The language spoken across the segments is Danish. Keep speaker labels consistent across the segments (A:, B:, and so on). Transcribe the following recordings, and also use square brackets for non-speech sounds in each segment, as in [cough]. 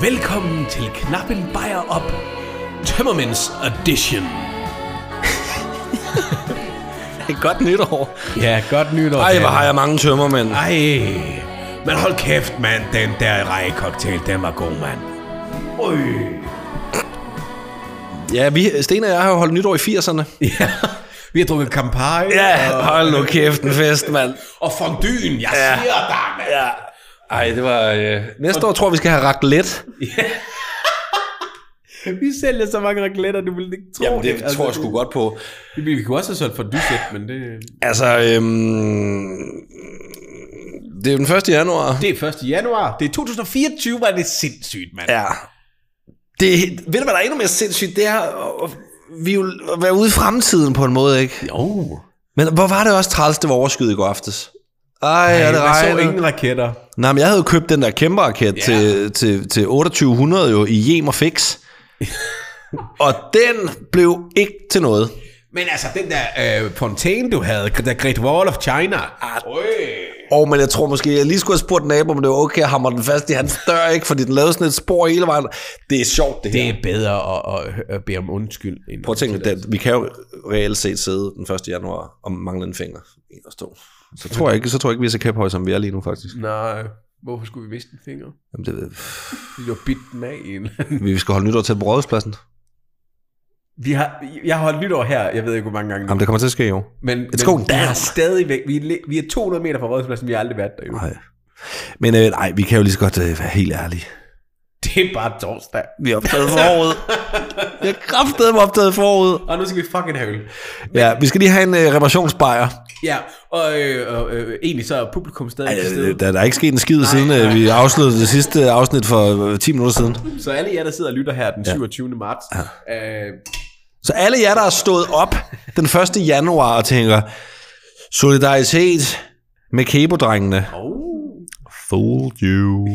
A: Velkommen til Knappen Bajer Op Tømmermænds Edition.
B: Godt nytår.
A: Ja, godt nytår.
B: Ej, hvor har jeg mange tømmermænd.
A: Ej, men hold kæft, mand. Den der rejekoktail, den var god, mand. Øj.
B: Ja, vi, Sten og jeg har jo holdt nytår i 80'erne.
A: [laughs] Ja, vi har drukket Campari.
B: Ja,
A: og,
B: hold nu kæft en fest, mand.
A: og fondyen, jeg
B: Ja.
A: siger dig, mand.
B: Ja. Ej, det var... Øh... Næste år tror jeg, vi skal have ragt lidt.
A: Vi sælger så mange regletter, du vil ikke tro Altså,
B: godt på.
A: Vi, vi kunne også have solgt fondyset, men det...
B: Altså, øhm... Det er jo den 1. januar.
A: Det er 1. januar. Det er 2024, var det er sindssygt, mand.
B: Ja. Det, ved du, hvad der er endnu mere sindssygt? Det er at, vi er jo at være ude i fremtiden på en måde, ikke?
A: Jo.
B: Men hvor var det også træls, det var overskyet i går aftes? Ej, ja,
A: Ja,
B: det
A: det jeg så
B: regnede.
A: ingen raketter.
B: Nej, men jeg havde jo købt den der kæmpe raket ja. til, til, til 2800 jo i Jem og [laughs] Fix. og den blev ikke til noget.
A: Men altså, den der øh, fontæne, du havde, der Great Wall of China.
B: Ah,
A: Øj.
B: Og men jeg tror måske, jeg lige skulle have spurgt naboen, om det var okay at hamre den fast i hans dør, ikke? Fordi den lavede sådan et spor hele vejen. Det er sjovt, det, det
A: Det
B: her.
A: er bedre at, at, at bede om undskyld. End
B: Prøv at tænke, det, vi kan jo reelt set sidde den 1. januar og mangle en finger. En og to. Så tror jeg ikke, så tror jeg ikke vi er så kæphøje, som vi er lige nu, faktisk.
A: Nej, hvorfor skulle vi miste en finger?
B: Jamen, det ved
A: Vi har bidt den af en.
B: vi. Vi skal holde nytår til på rådhuspladsen.
A: vi har, jeg har holdt nytår her, jeg ved ikke, hvor mange gange nu.
B: Jamen, det kommer til at ske i år.
A: Men,
B: go,
A: men vi er
B: Dan. Ah.
A: stadigvæk, vi er, le- vi er 200 meter fra rådhuspladsen, vi har aldrig været der. Jo.
B: Nej. Men øh, nej, vi kan jo lige så godt øh, være helt ærlige.
A: Det er bare torsdag.
B: Vi er optaget foråret. Vi er kraftedeme optaget foråret.
A: Og nu skal vi fucking have øl.
B: Ja, vi skal lige have en øh, reparationsbajer.
A: Ja, og, øh, og øh, egentlig så er publikum stadig til
B: Øh,
A: stede.
B: der, der er ikke sket en skid siden, øh, vi afsluttede det sidste afsnit for øh, 10 minutter siden.
A: Så alle jer, der sidder og lytter her den 27. marts,
B: Ah.
A: øh,
B: Så alle jer, der er stået op den 1. januar og tænker, solidaritet med kebodrengene.
A: oh,
B: Fooled you.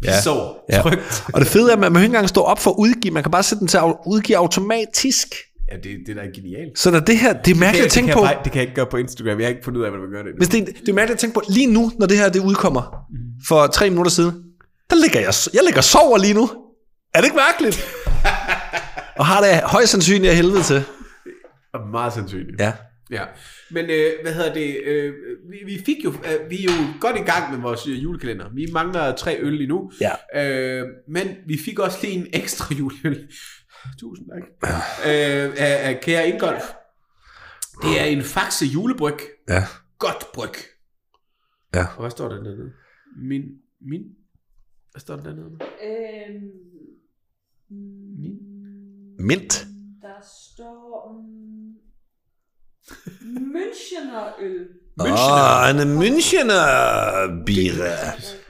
A: vi
B: Ja.
A: sover
B: Ja.
A: trygt.
B: Og det fede er, at man må ikke engang stå op for at udgive. Man kan bare sætte den til at udgive automatisk.
A: Ja, det, det er da genialt.
B: Så der det her, det er mærkeligt at
A: det, kan
B: tænke
A: jeg
B: på.
A: bare, det kan jeg ikke gøre på Instagram. Jeg har ikke fundet ud af, hvordan man gør det.
B: Hvis det, det er mærkeligt at tænke på, lige nu, når det her det udkommer, for tre minutter siden, der ligger jeg, jeg ligger og sover lige nu. Er det ikke mærkeligt? og har det højst sandsynligt af helvede til.
A: Det er meget sandsynligt.
B: Ja.
A: ja. Men øh, hvad hedder det? Øh, vi, vi fik jo, øh, vi er jo godt i gang med vores øh, julekalender. Vi mangler tre øl lige nu.
B: Ja.
A: Øh, men vi fik også lige en ekstra [laughs] juleøl. Tusind tak. Øh, af, af kære Ingolf. Det er en Faxe julebryg.
B: Ja.
A: Godt bryg.
B: Ja.
A: Og hvad står der dernede? Min, min? Hvad står der dernede?
C: Øhm,
A: Min?
B: Mint.
C: der står um, Münchener øl.
A: Münchener.
B: Åh, en Münchener bier.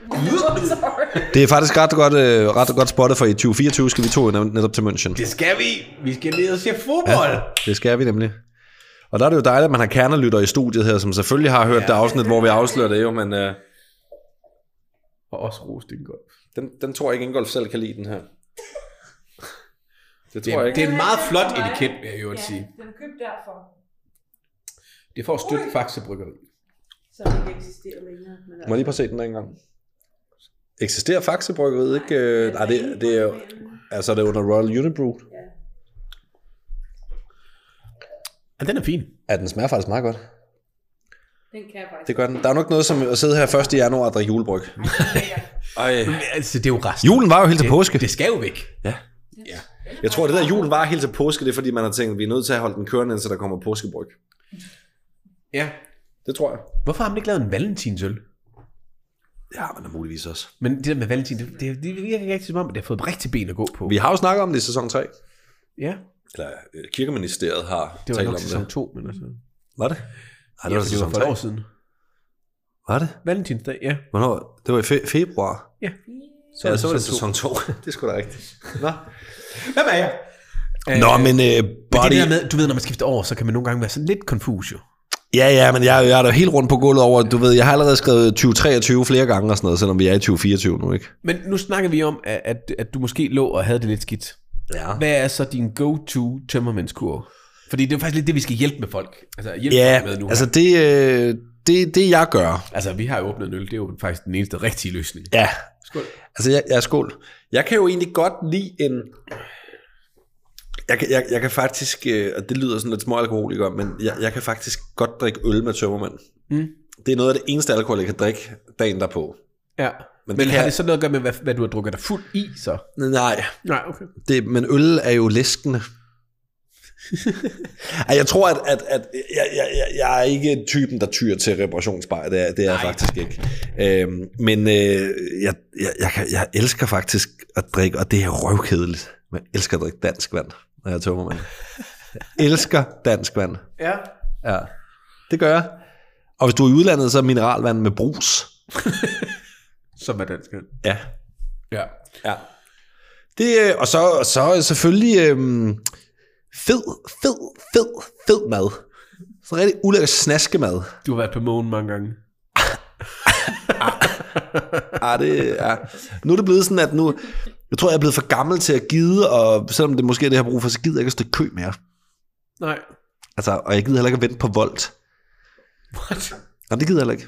C: Sorry.
B: Det er faktisk ret godt, øh, ret godt spottet, for i 2024 skal vi to jo netop til München.
A: Det skal vi. Vi skal ned og se fodbold. Ja.
B: Det skal vi nemlig. Og der er det jo dejligt, at man har kernelytter i studiet her, som selvfølgelig har hørt ja. det afsnit, hvor vi afslører det jo, men øh,
A: Og også rost Ingolf.
B: den, den tror jeg ikke, Ingolf selv kan lide, den her. Det
A: Det,
B: tror jeg
A: er-
B: ikke.
A: det er en meget flot
C: Nej.
A: etiket, vil jeg jo ja. sige.
C: Ja, den er købt derfor,
A: Det får støtte Faxe Bryggeri.
C: så den ikke eksisterer længere. Men altså-
B: Må jeg lige prøve at se den der engang? Eksisterer Faxe Bryggeriet ikke? Øh, nej, det, det er jo... Altså, det er under Royal Unibrew.
C: Ja.
A: Ja, den er fin.
B: Ja, den smager faktisk meget godt.
C: Den kan jeg faktisk.
B: Det gør den. Der er nok noget som at sidde her 1. januar og drikke julebryg. Ej.
A: Altså, det er jo resten.
B: Julen var jo helt til påske.
A: Det skal jo væk. Ja.
B: Jeg tror, det der julen var helt til påske, det er fordi, man har tænkt, at vi er nødt til at holde den kørende, indtil der kommer påskebryg.
A: Ja.
B: Det tror jeg.
A: Hvorfor har man ikke lavet en valentinsøl?
B: Ja, men der muligvis også.
A: Men det der med valentin, det, det, det virker ikke rigtig som om, at det har fået rigtig ben at gå på.
B: Vi har jo snakket om det i sæson 3.
A: Ja,
B: Eller øh, kirkeministeriet har
A: det var
B: talt
A: nok
B: om
A: sæson
B: det.
A: 2, men altså. Ja,
B: Var det? Nej, det var,
A: for
B: ja, sæson
A: for et
B: 3.
A: år siden.
B: Var det?
A: Valentinsdag, ja.
B: Hvornår? Det var i fe- februar.
A: Så
B: Ja,
A: er
B: så var det
A: sæson
B: sæson 2. [laughs] det skulle da rigtigt. Nå,
A: to. Hvem er jeg?
B: Nå
A: Øh,
B: men øh,
A: men det
B: body...
A: der med, du ved, når man skifter over, så kan man nogle gange være sådan lidt confus jo.
B: Ja, ja, men jeg, jeg er da helt rundt på gulvet over, du ved, jeg har allerede skrevet 2023 flere gange og sådan noget, selvom vi er i 2024 nu, ikke?
A: Men nu snakker vi om, at, at, at du måske lå og havde det lidt skidt.
B: Ja.
A: Hvad er så din go-to tømmermændskur? Fordi det er jo faktisk lidt det, vi skal hjælpe med folk. Altså hjælpe
B: Ja,
A: folk med nu.
B: altså det, øh, det, det jeg gør,
A: Altså, vi har jo åbnet en øl. Det er jo faktisk den eneste rigtige løsning.
B: ja,
A: Skål.
B: altså jeg, jeg er skål. Jeg kan jo egentlig godt lide en... Jeg kan, jeg, jeg kan faktisk, øh, og det lyder sådan lidt småalkoholiker, men jeg, jeg kan faktisk godt drikke øl med tømmermænd.
A: Mm.
B: Det er noget af det eneste alkohol, jeg kan drikke dagen derpå.
A: Ja. Men,
B: Men
A: men
B: det
A: har
B: kan-
A: det så noget at gøre med, hvad, hvad du har drukket dig fuld i, så?
B: Nej,
A: Nej, okay.
B: det, men øl er jo [laughs] læskende. Ej, jeg tror, at, at, at jeg, jeg, jeg, jeg er ikke typen, der tyr til reparationsbar. Det er, det er jeg
A: Nej.
B: faktisk ikke. Øhm, men øh, jeg, jeg, jeg, kan- jeg elsker faktisk at drikke, og det er røvkedeligt. Men jeg elsker at drikke dansk vand, når jeg tømmer mig. Jeg elsker dansk vand.
A: Ja.
B: Ja, det gør jeg. Og hvis du er i udlandet, så er mineralvand med brus.
A: Som er dansk. øl.
B: Ja.
A: Ja.
B: Ja. Det, øh, og så, og så selvfølgelig øhm, fed, fed, fed, fed mad. Sådan rigtig ulækker snaskemad.
A: Du har været på månen mange gange.
B: Ah, det er. Nu er det blevet sådan, at nu... Jeg tror, jeg er blevet for gammel til at gide, og selvom det måske er det, jeg har brug for, så gider jeg ikke at stå i kø mere.
A: Nej.
B: Altså, og jeg gider heller ikke at vente på voldt.
A: What?
B: Nej, det gider jeg heller ikke.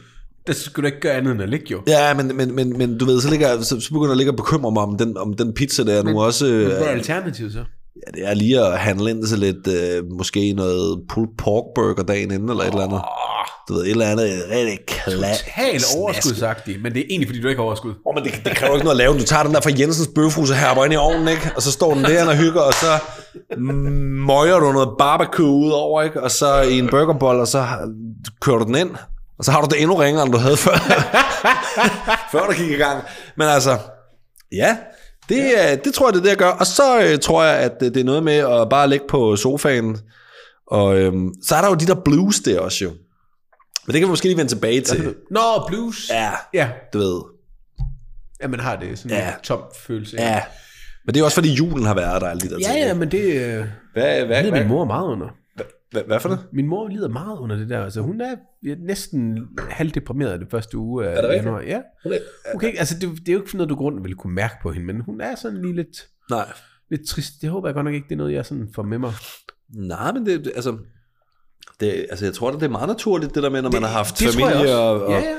A: Der skulle du ikke gøre andet end at ligge, jo.
B: Ja, men, men, men, men du ved, så, ligger, jeg- så, så begynder jeg ligge og bekymre mig om den, om den pizza der nu også.
A: Men Hvad er
B: Øh,
A: alternativet så?
B: ja, det er lige at handle ind til lidt, øh, måske noget pulled pork burger dagen inden, eller et eller andet.
A: Åh,
B: du ved, et eller andet rigtig klat.
A: totalt overskudsagtigt, men det er egentlig, fordi du ikke har overskud.
B: Åh, oh, men det, det kræver ikke noget at lave. Du tager den der fra Jensens bøfhus og herber ind i ovnen, ikke? Og så står den der og hygger, og så møjer du noget barbecue ud over, ikke? Og så i en burgerbold, og så har- kører du den ind. Og så har du det endnu ringere, end du havde før. [laughs] før du gik i gang. Men altså, ja, det, er- det tror jeg, det er det, jeg gør. Og så øh, tror jeg, at det, det er noget med at bare ligge på sofaen. Og øhm, så er der jo de der blues der også jo. Men det kan vi måske lige vende tilbage til.
A: Nå, blues.
B: Ja,
A: Ja,
B: du ved.
A: ja man har det sådan
B: Ja.
A: en tom følelse.
B: Ja. Men det er også fordi julen har været der, alle de der
A: ja,
B: ting.
A: ja, men det øh,
B: Hvad, hvad,
A: lider
B: hvad,
A: min mor meget under.
B: hvad, hvad for det?
A: Min mor lider meget under det der. Altså, hun er næsten halvdeprimeret det første uge af
B: Er det rigtigt?
A: januar. Ja. Okay, altså, det, det er jo ikke noget, du grund vil kunne mærke på hende, men hun er sådan lige lidt,
B: Nej.
A: lidt trist. Det håber jeg godt nok ikke, det er noget, jeg sådan får med mig.
B: Nej, men det, det- altså... Det, altså, jeg tror, det er meget naturligt, det der med, når man har haft
A: det tror jeg
B: familie,
A: også.
B: og, og
A: Ja,
B: ja,
A: ja.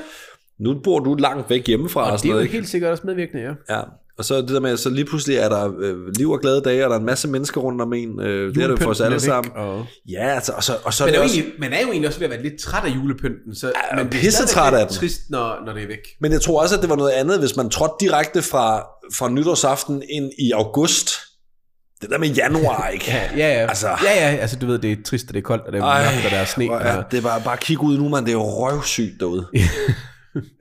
B: nu bor du langt væk hjemmefra.
A: Og det er
B: noget,
A: jo
B: ikke?
A: helt sikkert også medvirkende, ja.
B: Ja. Og så det der med, så lige pludselig er der øh, liv og glade dage, og der er en masse mennesker rundt om en. Øh, det er det jo for os
A: Julepynten er
B: alle
A: væk,
B: sammen.
A: Og...
B: Ja, altså, og så, og så
A: Man
B: er
A: er, jo
B: det også...
A: egentlig, man er jo egentlig også ved at være lidt træt af julepynten, så
B: Ja,
A: men det er
B: pissetræt
A: stadigvæk lidt
B: af den.
A: trist, når, når det er væk.
B: Men jeg tror også, at det var noget andet, hvis man trådte direkte fra, fra nytårsaften ind i august. Det der med januar, ikke?
A: Ja, ja, ja.
B: Altså.
A: Altså, ja, ja, altså du ved, det er trist, og det er koldt, og det er mørkt, og der er sne. altså.
B: hvor
A: Ja.
B: er det er bare, bare kig ud nu, man. Det er jo røvsygt derude. [laughs]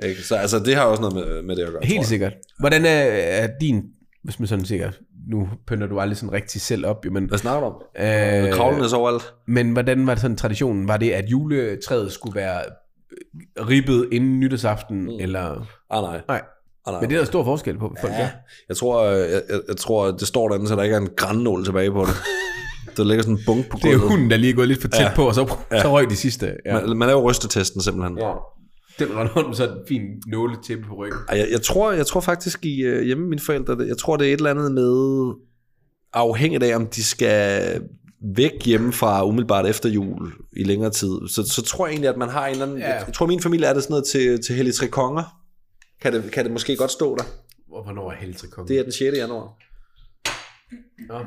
B: ikke? Så altså, det har også noget med, med det at gøre.
A: Helt
B: tror jeg.
A: sikkert. Hvordan er, er din, hvis man sådan siger, nu pynter du aldrig sådan rigtig selv op, jo, men,
B: Hvad snakker du om? Øh,
A: øh,
B: Kravlene så overalt.
A: men hvordan var det sådan traditionen? Var det, at juletræet skulle være øh, ribbet inden nytårsaften, mm. eller?
B: Ah, nej.
A: Nej.
B: Ah, nej.
A: Men det er der stor forskel på, hvad folk ja.
B: ja. Jeg tror, øh, jeg, jeg, jeg tror, at det står derinde, så der ikke er en grannål tilbage
A: [laughs]
B: på det. der ligger sådan en bunk på
A: Det er
B: gulvet.
A: hunden, der lige er gået lidt for tæt ja. på, og så, så røg de sidste. Ja.
B: Man, man er jo rystetesten simpelthen. Ja.
A: Ja. Den render rundt med sådan en fin nåletæppe på ryggen.
B: Jeg, jeg, tror, jeg tror faktisk i øh, hjemme med mine forældre, det- jeg tror, det er et eller andet med afhængigt af, om de skal væk hjemmefra umiddelbart efter jul i længere tid, så, så tror jeg egentlig, at man har en eller anden...
A: Ja.
B: Ja. Jeg tror, min familie er det sådan noget til, til Hellig Tre Konger. Kan det, kan det måske godt stå der?
A: Og hvornår er Helge kongen?
B: Det er den 6. januar.
A: Nå.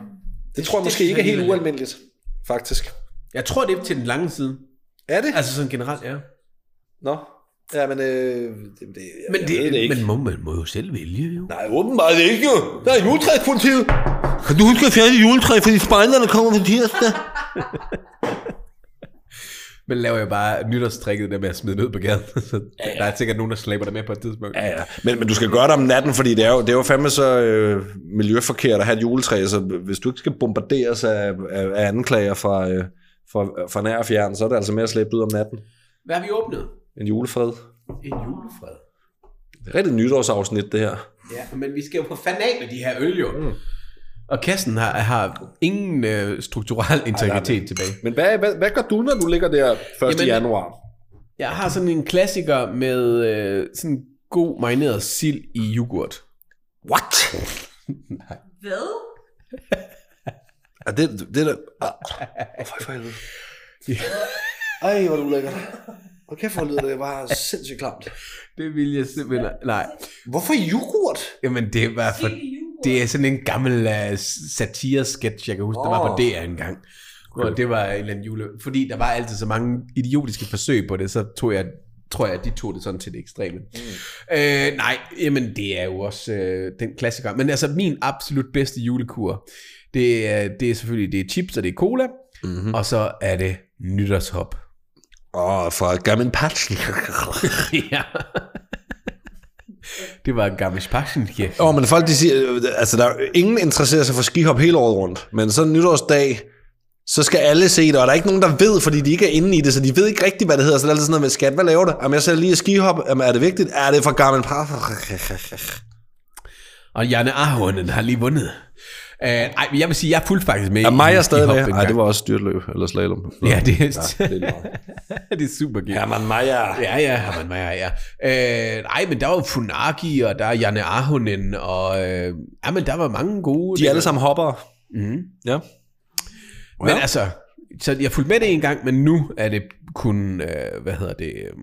B: Det tror jeg
A: det
B: måske ikke er helt
A: alligevel-
B: ualmindeligt, faktisk.
A: Jeg tror, det er til den lange side.
B: Er det?
A: Altså sådan generelt, ja.
B: Nå. Ja, men... Øh, det, det, jeg,
A: Men,
B: jeg ved det ikke.
A: men må, man må jo selv vælge, jo.
B: Nej, åbenbart ikke jo. Der er juletræspolitiet. Kan du huske at fjerne juletræ, fordi spejlerne kommer på tirsdag?
A: Men laver jeg bare nytårstrækket der med at smide det ud på gaden. [laughs] Så der er sikkert nogen, der slæber det med på et tidspunkt.
B: Ja, ja. Men, men du skal gøre det om natten, fordi det er jo, det er jo fandme så øh, miljøforkert at have et juletræ, så hvis du ikke skal bombarderes af, af, af anklager fra, øh, fra, fra nær og fjern, så er det altså mere at slæbe det ud om natten.
A: Hvad har vi åbnet?
B: En julefred.
A: En julefred.
B: Det er rigtig nytårsafsnit, det her.
A: Ja, men vi skal jo på fanden af med de her øl, jo. Mm. Og kassen har, har ingen øh, strukturel integritet tilbage.
B: Men hvad, hvad, hvad gør du, når du ligger der 1.
A: Jamen-
B: januar?
A: Jeg har sådan en klassiker med øh, sådan god marineret sild i yoghurt.
B: What?
C: Hvad?
B: Er det, det er da... Åh, for helvede. Ej, hvor er du lækker. Og kæft, hvor lyder det bare sindssygt klamt.
A: Det vil jeg simpelthen... Nej.
B: Hvorfor yoghurt?
A: Jamen, det var for...
C: Sikke yoghurt.
A: Det er sådan en gammel uh, satire-sketch, jeg kan huske, oh. der var på
B: Åh.
A: DR engang. Okay. Og det var en eller anden jule... Fordi der var altid så mange idiotiske forsøg på det, så tog jeg tror jeg, at de tog det sådan til det ekstreme. Mm. Øh, nej, jamen det er jo også øh, den klassiker. Men altså min absolut bedste julekur, det er, det er selvfølgelig det er chips og det er cola, mm-hmm. og så er det nytårshop.
B: Åh, oh, fra Gammel Patchen.
A: [laughs] ja. det var Garmisch Partenkirchen.
B: Åh, oh, men folk de siger, øh, altså der er jo ingen interesserer sig for skihop hele året rundt, men så nytårsdag, så skal alle se det, og der er ikke nogen, der ved, fordi de ikke er inde i det, så de ved ikke rigtigt, hvad det hedder. Så det er altid sådan noget med, skat, hvad laver du? Jamen, jeg sælger lige skihop. Jamen, er det vigtigt? Er det fra gammel par?
A: Og Janne Ahonen har lige vundet. Uh, ej, men jeg vil sige, jeg fulgte faktisk med.
B: Er
A: i-
B: Maja
A: i
B: stadig
A: hop
B: med?
A: dengang.
B: Nej, det var også styrtløb, eller [laughs] slalom.
A: Ja, det er,
B: Ja, det er løgn.
A: [laughs] det er super gik. Ja,
B: Jamen, Maja.
A: ja, ja, har man Maja, ja. Øh, nej, men der var jo Funaki, og der er Janne Ahonen, og øh, ja, men der var mange gode.
B: De er alle sammen hoppere.
A: Mm.
B: Ja.
A: Men
B: Ja.
A: altså, så jeg fulgte med det en gang, men nu er det kun, øh, hvad hedder det, øh,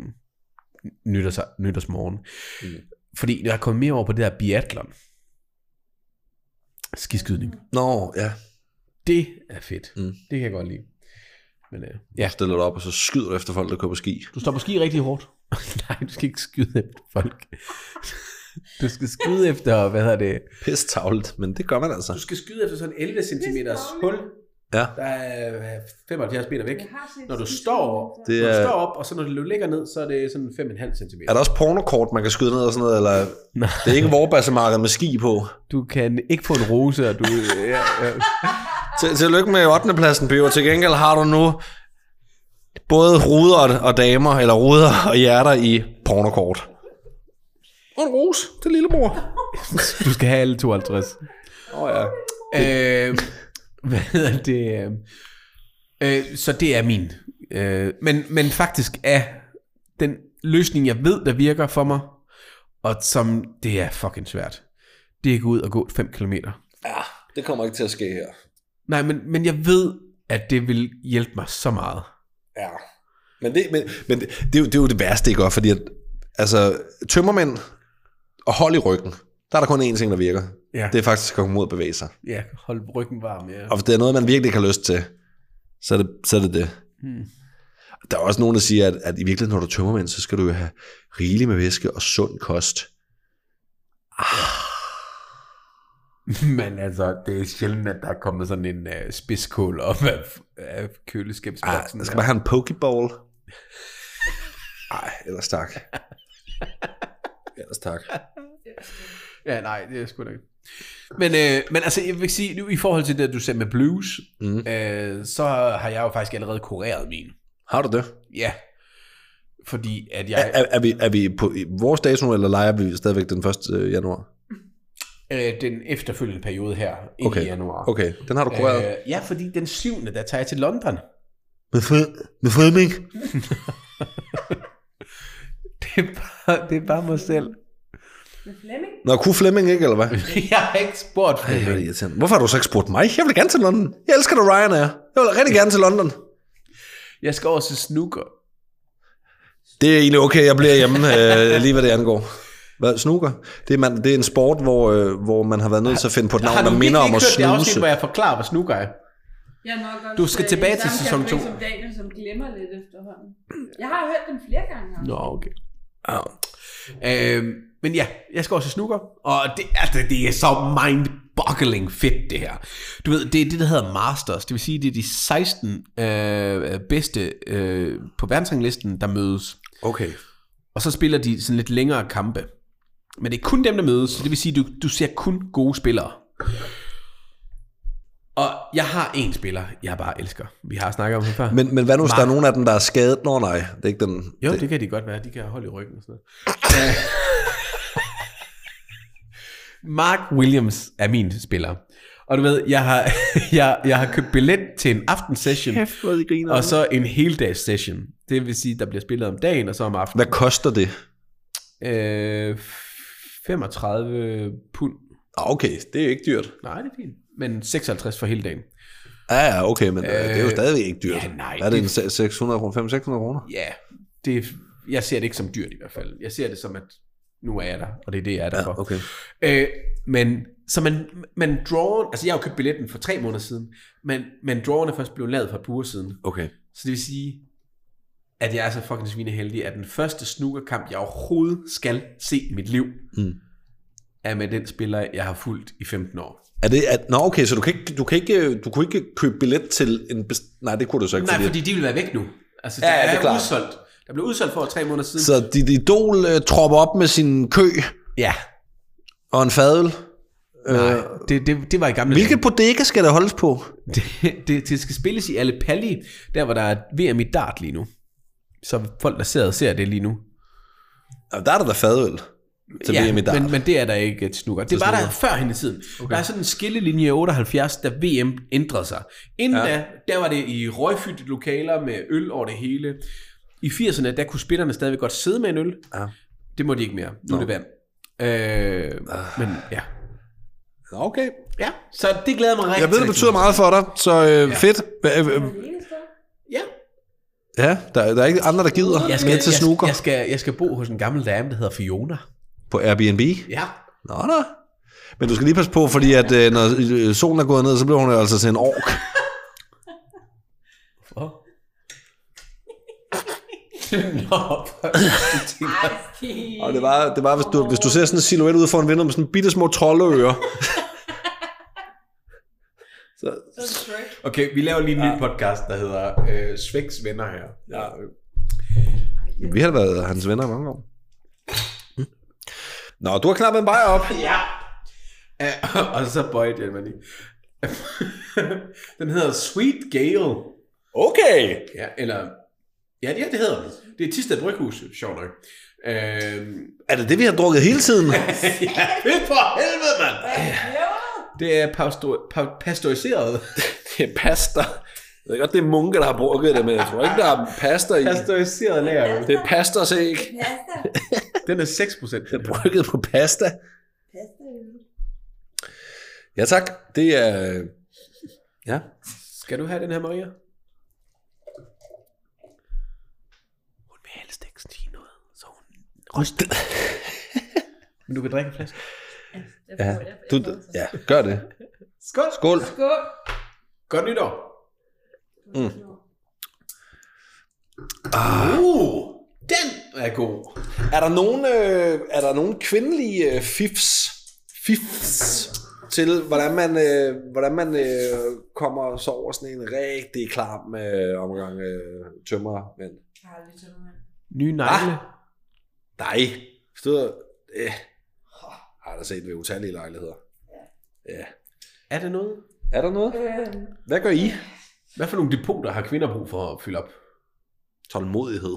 A: nytårs, nytårsmorgen. Mm. Fordi jeg er kommet mere over på det der biathlon. Skiskydning.
B: Nå, ja.
A: Det er fedt. Mm.
B: Mm.
A: Det kan jeg godt lide. Men øh, ja,
B: Jeg stiller dig op, og så skyder du efter folk, der køber ski.
A: du står måske rigtig hårdt. [laughs] Nej, du skal ikke skyde efter [laughs] folk. du skal skyde efter, hvad hedder det?
B: Pisse tavlet, men det gør man altså.
A: Du skal skyde efter sådan 11 cm hul,
C: hul,
B: Ja.
A: der er 75 meter væk.
C: Jeg har set
A: Når du
C: sådan en
A: står
C: video.
A: over,
B: Det
A: Når du
B: er-
A: står op, og så når du ligger ned, så er det sådan 5,5 cm.
B: Er der også pornokort, man kan skyde ned og sådan noget, eller
A: Nej.
B: det er ikke vorbassemarked med ski på?
A: Du kan ikke få en rose, og du... [laughs] ja, ja.
B: Til, tillykke med 8. pladsen, Bio. Til gengæld har du nu både ruder og damer, eller ruder og hjerter i pornokort. Og en rose til lillebror.
A: Du skal have alle 52.
B: Åh oh, ja.
A: øh, hvad hedder det? øh, Øh, så det er min. Øh, men, men faktisk er den løsning, jeg ved, der virker for mig, og som det er fucking svært, det er at gå ud og gå 5 km.
B: Ja, det kommer ikke til at ske her.
A: Nej, men, men jeg ved, at det vil hjælpe mig så meget.
B: Ja. Men det, men, men det, det, er jo, det er jo det værste, ikke? også? Fordi at, altså, tømmermænd og hold i ryggen, der er der kun én ting, der virker.
A: Ja.
B: Det er faktisk at komme ud og bevæge sig.
A: Ja, hold ryggen varm, ja.
B: Og hvis det er noget, man virkelig ikke har lyst til, så er det så er det. det.
A: Hmm.
B: Der er også nogen, der siger, at, at i virkeligheden, når du tømmer mænd, så skal du jo have rigeligt med væske og sund kost.
A: Men altså, det er sjældent, at der er kommet sådan en uh, spidskål op af, af
B: Ah,
A: køleskabsboksen.
B: jeg skal bare have en pokeball. Nej, ellers
A: [laughs]
B: tak. Ellers tak.
A: Ja, nej, det er sgu da ikke. Men, øh, men altså, jeg vil sige, nu i forhold til det, at du sagde med blues, mm.
B: Mm.
A: øh, så har jeg jo faktisk allerede kureret min.
B: Har du det?
A: Ja. Fordi at
B: Er,
A: jeg...
B: er, er, vi, er vi på i vores dato, eller leger vi stadigvæk den 1. januar?
A: øh, den efterfølgende periode her okay.
B: Okay.
A: i januar.
B: Okay, den har du kureret. Øh,
A: Øh, ja, fordi den syvende, der tager jeg til London. [laughs]
B: med, fred, med fredmink?
A: Det er bare, det er bare mig selv. [laughs]
C: Med Flemming?
B: Nå, kunne Flemming ikke, eller hvad?
A: Jeg har ikke spurgt for
B: Ej, hvor er det
A: det.
B: irriterende. Hvorfor har du så ikke spurgt mig? Jeg vil gerne til London. Jeg elsker dig, Ryanair. Jeg vil rigtig gerne til London.
A: Jeg skal over til snooker.
B: Det er egentlig okay, jeg bliver hjemme, øh, lige hvad det angår. Hvad, snooker? Det er, man, det er en sport, hvor, øh, hvor man har været nødt til at finde på et navn, der
A: virkelig
B: minder om
A: ikke
B: at
A: hørt det afsnit,
B: snuse.
A: hvor jeg forklarer, hvad snooker er?
C: Jeg er nok også,
A: Du skal
C: øh,
A: tilbage
C: i
A: til
C: samme
A: sæson
C: kategori
A: to.
C: Som Daniel, som glemmer lidt efterhånden. Jeg har hørt dem flere gange.
A: Nå, okay. Øhm, men ja, jeg skal også til snooker, og det, altså, det er så mind-boggling fedt, det her. Du ved, det er det, der hedder Masters, det vil sige, det er de 16 øh, bedste øh, på verdensranglisten, der mødes.
B: Okay.
A: Og så spiller de sådan lidt længere kampe. Men det er kun dem, der mødes, så det vil sige, du, du ser kun gode spillere. Og jeg har en spiller, jeg bare elsker. Vi har snakket om ham før.
B: Men, men hvad nu, hvis der er nogen af dem, der er skadet? Nå nej, det er ikke den.
A: Jo, det, det kan de godt være. De kan holde i ryggen og sådan noget. Øh. [laughs] Mark Williams er min spiller. Og du ved, jeg har, [laughs] jeg, jeg har købt billet til en aftensession,
B: hvor de griner.
A: og så en heldags session. Det vil sige, der bliver spillet om dagen, og så om aftenen.
B: Hvad koster det?
A: Øh, 35 pund.
B: Ah, okay, det er ikke dyrt.
A: Nej, det er fint. Men 56 for hele dagen.
B: Ja, ja, okay, men øh, det er jo
A: Øh,
B: stadigvæk ikke dyrt.
A: ja, nej,
B: Hvad er det,
A: det-
B: en se- 600 kroner, 500-600 kroner?
A: Ja, det, jeg ser det ikke som dyrt i hvert fald. Jeg ser det som, at nu er jeg der, og det er det, jeg er der for.
B: okay.
A: Øh, men så man, man drawer, altså jeg har jo købt billetten for tre måneder siden, men, men draweren er først blevet lavet for et par uger siden.
B: Okay.
A: Så det vil sige, at jeg er så fucking svineheldig, at den første snookerkamp, jeg overhovedet skal se i mit liv,
B: Mm.
A: er med den spiller, jeg har fulgt i 15 år.
B: Er det, at, nå, okay, så du, kan ikke, du, kan ikke, du kunne ikke købe billet til en... Best, nej, det kunne du så ikke.
A: Nej, fordi de vil være væk nu. Altså,
B: Ja,
A: der
B: ja, det er
A: er,
B: klart.
A: udsolgt. Der blev udsolgt for tre måneder siden.
B: Så dit idol uh, tropper op med sin kø
A: Ja,
B: og en fadel.
A: nej,
B: Øh,
A: det, det, det var i gamle
B: hvilke bodega skal der holdes på?
A: Det, det, det skal spilles i Alepalli, der hvor der er VM i dart lige nu. Så folk, der sidder og ser det lige nu.
B: Ja, Der er der da fadøl til ja, VM i dag.
A: men, men det er der ikke et snukker. Det var der før hende tiden. Okay. Der er sådan en skillelinje i 78, da VM ændrede sig. Inden ja. da, der var det i røgfyldte lokaler med øl over det hele. I 80'erne, der kunne spillerne stadigvæk godt sidde med en øl.
B: Ja. Ah.
A: Det må de ikke mere. Nu er det vand. Øh, men ja.
B: Okay.
A: ja. Så det glæder mig rigtig
B: Jeg ved, det
A: rigtig
B: betyder
A: meget.
B: meget for dig, så øh, ja. fedt. Hva- øh, øh,
C: Er det eneste?
A: Ja.
B: Ja, der, der er ikke andre, der gider
A: Jeg skal,
B: med til snooker
A: Jeg, jeg, skal, jeg skal bo hos en gammel dame, der hedder Fiona.
B: på Airbnb.
A: Ja.
B: Nå, nå. Men du skal lige passe på, fordi at, øh, når øh, solen er gået ned, så bliver hun jo altså til en ork.
A: Hvor? [laughs] Nå, jeg tænker,
C: Ej, Stig.
B: Og det var, det var hvis, du, hvis du ser sådan en silhuet ude foran vinduet med sådan bitte små troldeører. så,
C: Så er det Shrek.
A: [laughs] Okay, vi laver lige en ny podcast, der hedder øh, Sveks Venner her. Ja.
B: vi har da været hans venner i mange år. Mm. Nå, du har knappet en bajer op.
A: ja. Øh, [laughs] og så bøjt jeg mig lige. den hedder Sweet Gale.
B: Okay.
A: Ja, eller... Ja, det, ja, det hedder den. Det er Tisted Bryghus, sjovt nok. Øh,
B: Er det det, vi har drukket hele
A: [laughs]
B: tiden?
A: ja, det er for helvede, mand!
C: Ja.
A: Det er pastor, pa, pasteuriseret.
B: [laughs] det er pasta. Jeg ved godt, det er munke, der har brugt det, men jeg tror ikke, der er pasta i.
A: Pasteuriseret lager.
B: Det er pastas æg.
C: Pasta.
A: Den er 6%.
B: Det er [laughs] brygget på pasta.
C: Pasta.
B: Ja tak, det er... Ja.
A: Skal du have den her, Maria? Hun vil helst ikke sige noget, så hun... [laughs] Men du kan drikke en flaske.
B: Ja, du, ja gør det.
A: Skål!
B: Skål.
C: Skål.
A: Godt nytår!
B: Mm.
A: Uh, den er god.
B: Er der nogen, øh, er der nogen kvindelige øh, fifs, fifs til, hvordan man, øh, hvordan man øh, kommer så over sådan en rigtig klam øh, omgang øh, tømmer? Men
C: Karl Tømmermann.
A: Nye negle.
B: nej, stod, øh, har der set ved utallige lejligheder. Ja.
A: Er det noget?
B: Er der noget?
C: Øhm,
B: Hvad gør I?
A: Hvad for nogle depoter har kvinder brug for at fylde op?
B: Tålmodighed.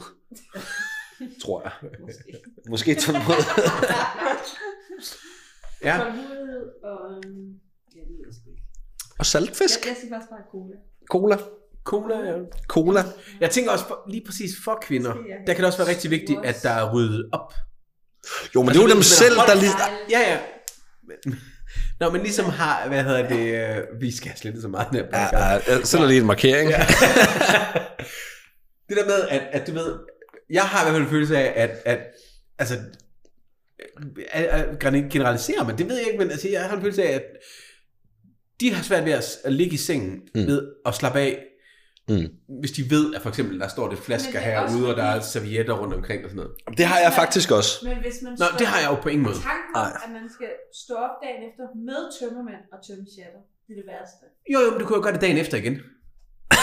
B: Tror jeg.
C: måske.
B: Måske tålmodighed.
A: Ja.
C: Tålmodighed og... øhm, ja, det ved jeg sgu ikke.
B: Og
C: Jeg,
B: saltfisk.
C: jeg siger faktisk bare cola.
B: Cola.
A: Cola, ja.
B: Cola.
A: Jeg tænker også for, lige præcis for kvinder, der kan det også være rigtig vigtigt, at der er ryddet op.
B: Jo, men
A: Altså,
B: det er jo
A: det
B: dem
A: er-
B: selv, der lige...
A: Ja, ja. Men- Nå, men ligesom har, hvad hedder det, øh, vi skal slette så meget ned.
B: Ja, ja, selv er lige en markering. Ja.
A: det der med, at, at du ved, jeg har i hvert fald en følelse af, at, at altså, øh, at, at generaliserer man, det ved jeg ikke, men altså, jeg har en følelse af, at de har svært ved at, s- at ligge i sengen
B: Mm.
A: mm. ved at slappe af,
B: Mm.
A: hvis de ved, at for eksempel, der står lidt flasker
C: Men det er også
A: herude, og der er
C: fordi-
A: servietter rundt omkring og sådan noget.
B: Det har jeg faktisk også.
C: Men hvis man
A: Nå,
C: står-
A: det har jeg jo på ingen måde.
C: Tanken
B: Nej.
C: om, at man skal stå op dagen efter med tømmermand og tømme shatter, det er det værste.
A: Jo, jo, men du kunne jo gøre det dagen efter igen.
C: Nej!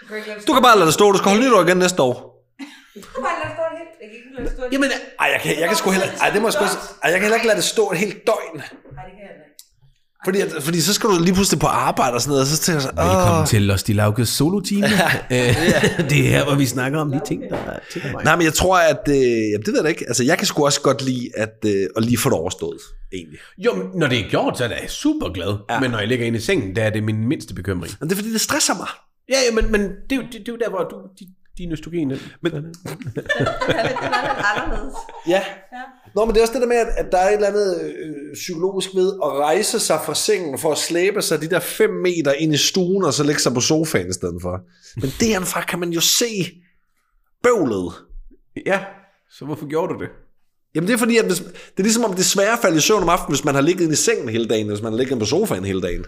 C: Du kan ikke lade
B: Du kan bare lade det stå. Du skal holde nytår igen næste år.
C: Du kan bare lade stå helt. Jeg kan ikke lade stå helt.
A: Jamen,
B: Ej, jeg kan, jeg kan sgu heller, ej, det må jeg sgu, ej, jeg kan heller ikke lade det stå et helt døgn.
C: Nej, det kan jeg heller ikke.
B: Fordi,
C: [laughs]
B: at, fordi så skal du lige pludselig på arbejde og sådan noget, og så tænker jeg så,
A: Velkommen
B: åh.
A: til Lost i Laukes solo-time. [laughs] Øh, det er her, hvor vi snakker om de ting, der tænker mig.
B: Nej, men jeg tror, at, øh, jamen, det ved jeg da ikke. Altså, jeg kan sgu også godt lide at, øh, at lige få det overstået, egentlig.
A: Jo, men når det er gjort, så er jeg super glad.
B: Ja.
A: Ja. Men når jeg ligger inde i sengen, der er det min mindste bekymring.
B: Men det er fordi, det stresser mig.
A: Ja, ja men, men det, er jo- det, det er jo der, hvor du, din, din østrogen... Den. Men,
C: Det er lidt, det er lidt anderledes.
B: Ja.
C: Ja.
B: Nå, men det er også det der med, at, at der er et eller andet øh, psykologisk ved at rejse sig fra sengen for at slæbe sig de der 5 meter ind i stuen og så lægge sig på sofaen i stedet for. Men det herfra kan man jo se, bøvlet.
A: Ja, så hvorfor gjorde du det?
B: Jamen det er fordi, at hvis, det er ligesom om det er sværere at falde i søvn om aftenen, hvis man har ligget inde i sengen hele dagen, end hvis man har ligget inde på sofaen hele dagen.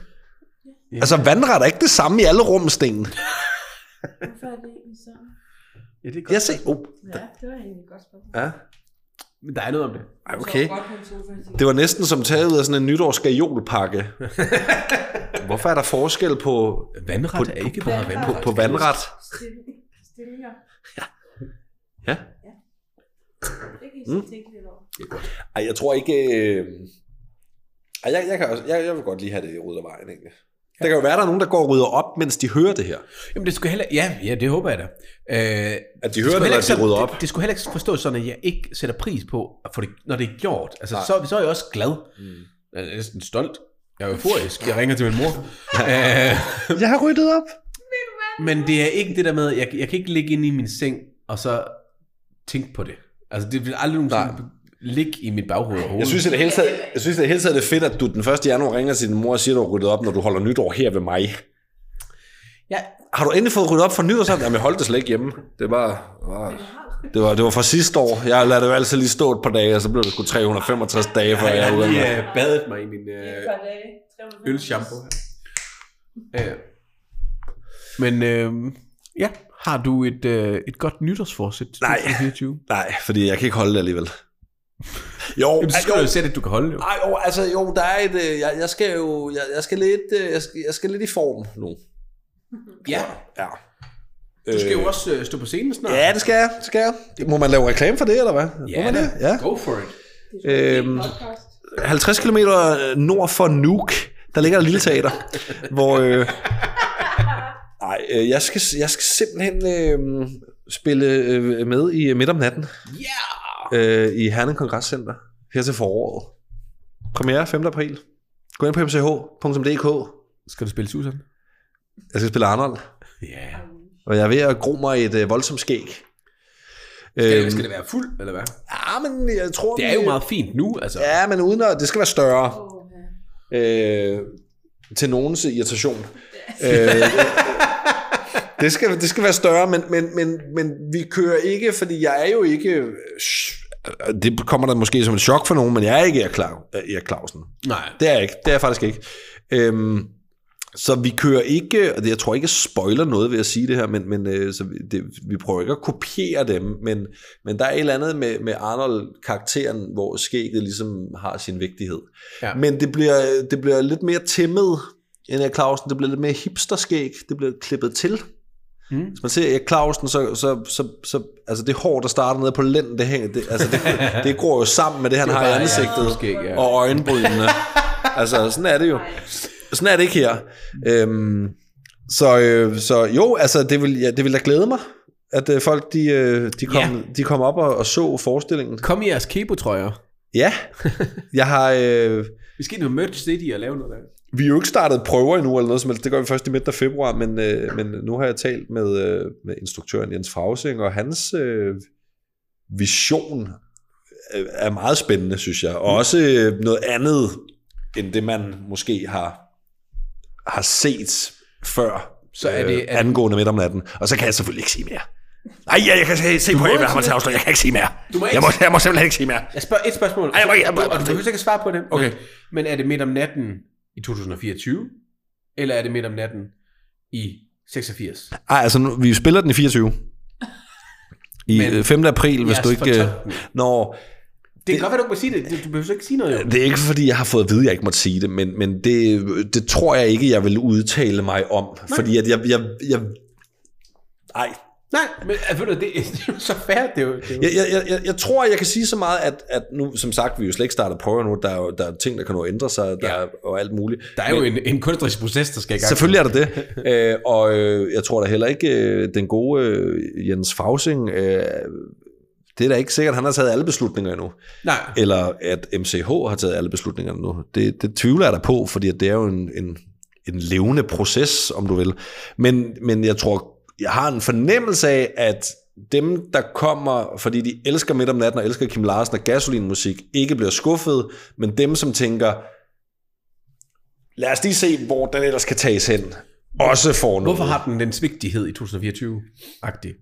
B: Ja. Altså vandret er ikke det samme i alle rumsten.
C: Hvorfor er det egentlig sådan?
A: Ja, det er godt.
B: Jeg ser, oh,
C: Ja, det var egentlig et godt spørgsmål.
B: ja.
A: Men der er noget om det.
B: Ej, okay.
C: Så godt på en sofa. i sin-
B: Det var næsten som taget ud af sådan en nytårsgajolpakke. [laughs] Hvorfor er der forskel på,
A: Vandret
B: På-
A: er ikke
B: på-
A: bare
C: på-
A: vandret.
B: på, på vandret?
C: Stilling- Stillinger.
B: Ja. Mm.
C: Det kan I så tænke lidt over.
B: Ej, jeg tror ikke... Øh... Ej, jeg, jeg, kan også, jeg, jeg vil godt lige have det ryddet af vejen, egentlig. Der kan jo være, der er nogen, der går og rydder op, mens de hører det her.
A: Jamen det skulle heller... Ja, ja det håber jeg da. Øh,
B: At de
A: Det
B: hører
A: skulle
B: det,
A: heller
B: eller
A: ikke
B: at de
A: sådan-
B: rydder op.
A: Det, det skulle heller ikke forstås sådan, at jeg ikke sætter pris på, at få det, når det er gjort. Altså,
B: Nej.
A: så, så er jeg også glad.
B: Mm.
A: Jeg er næsten stolt. Jeg er euforisk. Jeg ringer til min mor. øh,
B: Jeg har ryddet op.
A: men det er ikke det der med, jeg, jeg kan ikke ligge inde i min seng, og så tænke på det. Altså, det vil aldrig nogensinde ligge i mit baghoved overhovedet.
B: Jeg synes, at det hele taget, jeg synes, at det hele taget er fedt, at du den 1. januar ringer til din mor og siger, at du har ryddet op, når du holder nytår her ved mig.
A: ja,
B: Har du endelig fået ryddet op for nytårsaften? Jamen, jeg holdt det slet ikke hjemme. Det var, var, det var, det var fra sidste år. Jeg lader det jo altid lige stå et par dage, og så blev det sgu 365 dage, før
A: jeg,
B: jeg
A: jeg,
B: var ude.
A: lige
B: af
A: øh, badet mig i min
C: Et
A: øh,
C: par dage. 365.
A: ølshampoo. Øh. Men øh, ja, har du et, øh, et godt nytårsforsæt til
B: Nej.
A: 2024?
B: med. Nej, fordi jeg kan ikke holde det alligevel. Jo,
A: Jamen, så skal du jo Ah, sætte, at du kan holde det.
B: Ej, jo, altså jo, der er et, øh, jeg, jeg skal jo, jeg, jeg skal lidt, øh, jeg skal, jeg skal lidt i form nu.
A: Ja,
B: Ja.
A: du skal jo også øh, stå på scenen snart.
B: Ja, det skal jeg, det skal jeg. Må man lave reklame for det, eller hvad? Må man det? Ja.
A: Go for it.
C: Det er en
B: Øhm,
C: podcast.
B: 50 km øh, nord for Nuuk, der ligger et lille teater, hvor... Øh, nej, øh, jeg skal, jeg skal simpelthen øh, spille øh, med i Midt om natten
A: Yeah!
B: øh, i Herning Kongresscenter her til foråret. Premiere 5. april. Gå ind på mch.dk.
A: Skal du spille Susan?
B: Jeg skal spille Arnold,
A: Ja.
B: og jeg er ved at gro mig et øh, voldsomt skæg.
A: Skal,
B: Øhm,
A: skal det være fuld, eller hvad?
B: ja, men jeg tror...
A: Det er jo meget fint nu, altså.
B: Ja, men uden at... Det skal være større.
C: Åh, ja.
B: øh, til nogens irritation. øh, det, skal, det skal være større, men, men, men, men vi kører ikke, fordi jeg er jo ikke... øh, Det kommer da måske som et chok for nogen, men jeg er ikke Erik Clau- Erik Clausen.
A: Nej.
B: Det er jeg ikke. Det er jeg faktisk ikke. Øhm, så vi kører ikke, og det- jeg tror ikke, jeg spoiler noget ved at sige det her, men, men øh, så vi, det, vi prøver ikke at kopiere dem, men, men der er et eller andet med, med Arnold-karakteren, hvor skægget ligesom har sin vigtighed.
A: Ja.
B: Men det bliver, det bliver lidt mere timmet end Erik Clausen. Det bliver lidt mere hipsterskæg. Det bliver klippet til.
A: Mm.
B: Mm. Hvis man ser Erik Clausen, så, så, så, så altså det hår, der starter nede på lænden, det, hænger, det, altså det,
A: [laughs]
B: det gror jo sammen med det, han
A: Det er
B: har i
A: bare, ja,
B: ansigtet
A: skæg, ja.
B: og øjenbrynene. altså, sådan er det jo. Sådan er det ikke her. Øhm, så, øh, så jo, altså, det vil, ja, det vil da glæde mig, at øh, folk, de, øh, de, kom,
A: Ja.
B: ja. de kom op og, og så forestillingen.
A: Kom i jeres kebo-trøjer.
B: Ja, jeg har... Øh,
A: Vi skal ind på Merch City og lave noget der.
B: vi er jo ikke startet prøver endnu, eller noget som helst. Det gør vi først i midten af februar, men, øh, men nu har jeg talt med, øh, med instruktøren Jens Frausing, og hans øh, vision øh, er meget spændende, synes jeg.
A: Mm.
B: Og også øh, noget andet, end det man måske har, har set før øh,
A: Så er det- er det-
B: angående midt om natten. Og så kan jeg selvfølgelig ikke sige mere. Nej, ja, jeg kan se, se på
A: må
B: Eva
A: ikke
B: Hammer
A: sige-
B: til afsløring. Jeg kan ikke sige mere.
A: Du må
B: Jeg
A: ikke-
B: må, jeg må simpelthen ikke sige mere.
A: Jeg spørger et spørgsmål.
B: Ej, jeg må ikke- jeg må-
A: og du behøver ikke at svare på det.
B: Okay.
A: Men er det midt om natten i 2024? Eller er det midt om natten i 86?
B: Ej, altså, nu, vi spiller den i 24. I
A: Men-
B: Men, 5. april, hvis
A: Jeres
B: du ikke... øh,
A: fortolkning.
B: Når,
A: Det kan godt være, du ikke må sige det. Du- Du behøver så ikke sige noget, jo.
B: det er ikke, fordi jeg har fået at vide, at jeg ikke måtte sige det, men, men det, det tror jeg ikke, jeg vil udtale mig om. Nej. Fordi at jeg... jeg, jeg ej,
A: Nej, men altså, ved du, det, det er jo så fair. Det er jo, det er jo.
B: jeg, jeg, jeg, jeg, jeg tror, jeg kan sige så meget, at, at nu, som sagt, vi er jo slet ikke startet prøver nu, der er, jo, der er ting, der kan nå at ændre sig, der
A: Ja.
B: er, og alt muligt.
A: Der er jo en, en kunstnerisk proces, der skal i gang.
B: Selvfølgelig er der det. [laughs] Øh, og øh, jeg tror da heller ikke, øh, den gode øh, Jens Fausing, øh, det er da ikke sikkert, at han har taget alle beslutninger endnu.
A: Nej.
B: Eller at MCH har taget alle beslutningerne nu. Det, det tvivler jeg da på, fordi at det er jo en, en, en levende proces, om du vil. Men, men jeg tror, jeg har en fornemmelse af, at dem, der kommer, fordi de elsker midt om natten og elsker Kim Larsen og gasolinmusik, ikke bliver skuffet, men dem, som tænker, lad os lige se, hvor den ellers kan tages hen, også får noget.
A: Hvorfor har den den svigtighed i 2024-agtig?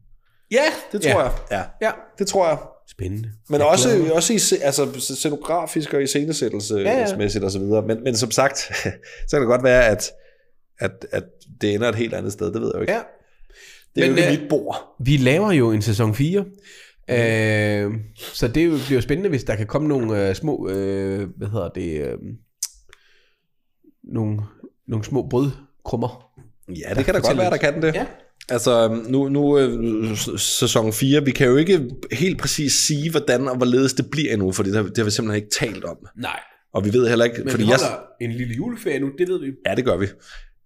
A: Ja,
B: Det tror jeg.
A: Ja.
B: Ja, det tror jeg.
A: Spændende.
B: Men
A: Jeg
B: også,
A: glæder mig.
B: også i, se- altså, s- scenografisk og i
A: Ja, ja.
B: scenesættelsesmæssigt og så videre. Men, men som sagt, [laughs] så kan det godt være, at, at, at det ender et helt andet sted. Det ved jeg jo ikke.
A: Ja.
B: Det er
A: Men,
B: men, jo ikke
A: øh,
B: mit bord.
A: Vi laver jo en sæson 4. Øh, så det jo- bliver jo spændende, hvis der kan komme nogle øh, små, øh, hvad hedder det, øh, nogle, nogle små brødkrummer.
B: Ja, det kan da godt være, der kan den det.
A: Ja.
B: Altså, øhm, nu, nu øh, s- sæson 4, vi kan jo ikke helt præcis sige, hvordan og hvorledes det bliver endnu, fordi det har, det har vi simpelthen ikke talt om.
A: Nej,
B: Og vi ved heller ikke,
A: men
B: fordi
A: Fordi vi
B: jeg...
A: holder jeg... en lille juleferie nu, det ved vi.
B: Ja, det gør vi.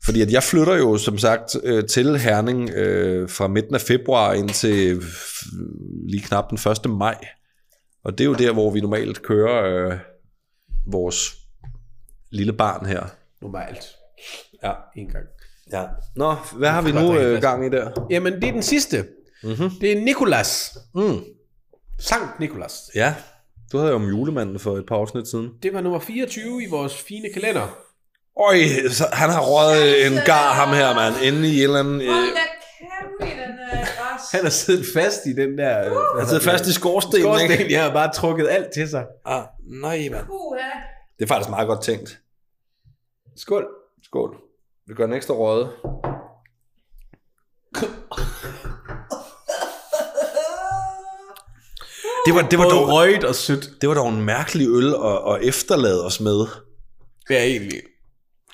B: Fordi at jeg flytter jo, som sagt, øh, til Herning øh, fra midten af februar indtil f- lige knap den 1. maj. Og det er jo der, hvor vi normalt kører øh, vores lille barn her.
A: Normalt.
B: Ja.
A: En gang.
B: ja. Nå, hvad har vi nu øh, gang i der?
A: Jamen, det er den sidste.
B: Mhm.
A: Det er Nikolas.
B: Mm.
A: Sankt Nikolas.
B: Ja, du havde jo om julemanden for et par afsnit siden.
A: Det var nummer 24 i vores fine kalender.
B: Øj, så han har røget en gar, ham her, mand. Inde i en eller anden... Øh,
C: Hold da kæft, den er græs.
A: Han har siddet fast i den der... Øh,
B: han sidder altså fast i skorstenen, ikke?
A: skorsten. Jeg har bare trukket alt til sig.
B: Ah, nej, mand.
C: Puha.
B: Det er faktisk meget godt tænkt.
A: Skål.
B: Skål. Vi gør en ekstra røde. Det var, det, var dog,
A: røgt og sødt.
B: det var dog en mærkelig øl at, at efterlade os med.
A: Det er egentlig...
C: Ej,